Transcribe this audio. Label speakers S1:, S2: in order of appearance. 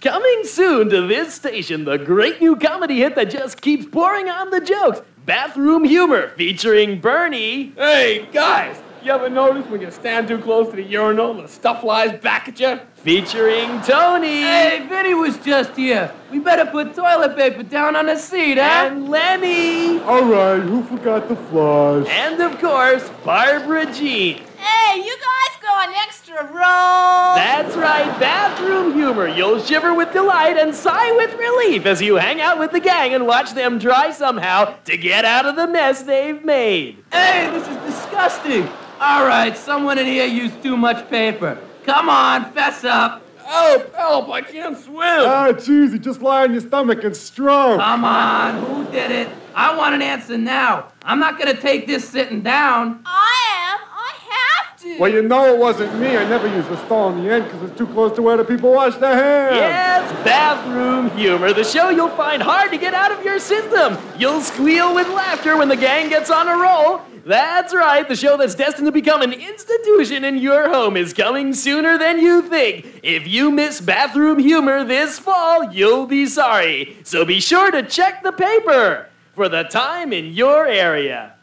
S1: Coming soon to this station, the great new comedy hit that just keeps pouring on the jokes Bathroom Humor, featuring Bernie.
S2: Hey, guys, you ever notice when you stand too close to the urinal, the stuff flies back at you?
S1: Featuring Tony.
S3: Hey, Vinny was just here. We better put toilet paper down on the seat, huh?
S1: And Lenny.
S2: Oh.
S4: All right, who forgot the flaws?
S1: And of course, Barbara Jean.
S5: Hey, you guys go an extra roll.
S1: That's right, bathroom humor. You'll shiver with delight and sigh with relief as you hang out with the gang and watch them try somehow to get out of the mess they've made.
S3: Hey, this is disgusting. All right, someone in here used too much paper. Come on, fess up.
S2: Help, help, I can't swim.
S4: Ah, jeez, you just lie on your stomach and stroke.
S3: Come on, who did it? I want an answer now. I'm not gonna take this sitting down.
S5: I am. I have to.
S4: well, you know it wasn't me. I never use the stall in the end because it's too close to where the people wash their hands.
S1: Yes, bathroom humor, the show you'll find hard to get out of your system. You'll squeal with laughter when the gang gets on a roll. That's right, the show that's destined to become an institution in your home is coming sooner than you think. If you miss bathroom humor this fall, you'll be sorry. So be sure to check the paper for the time in your area.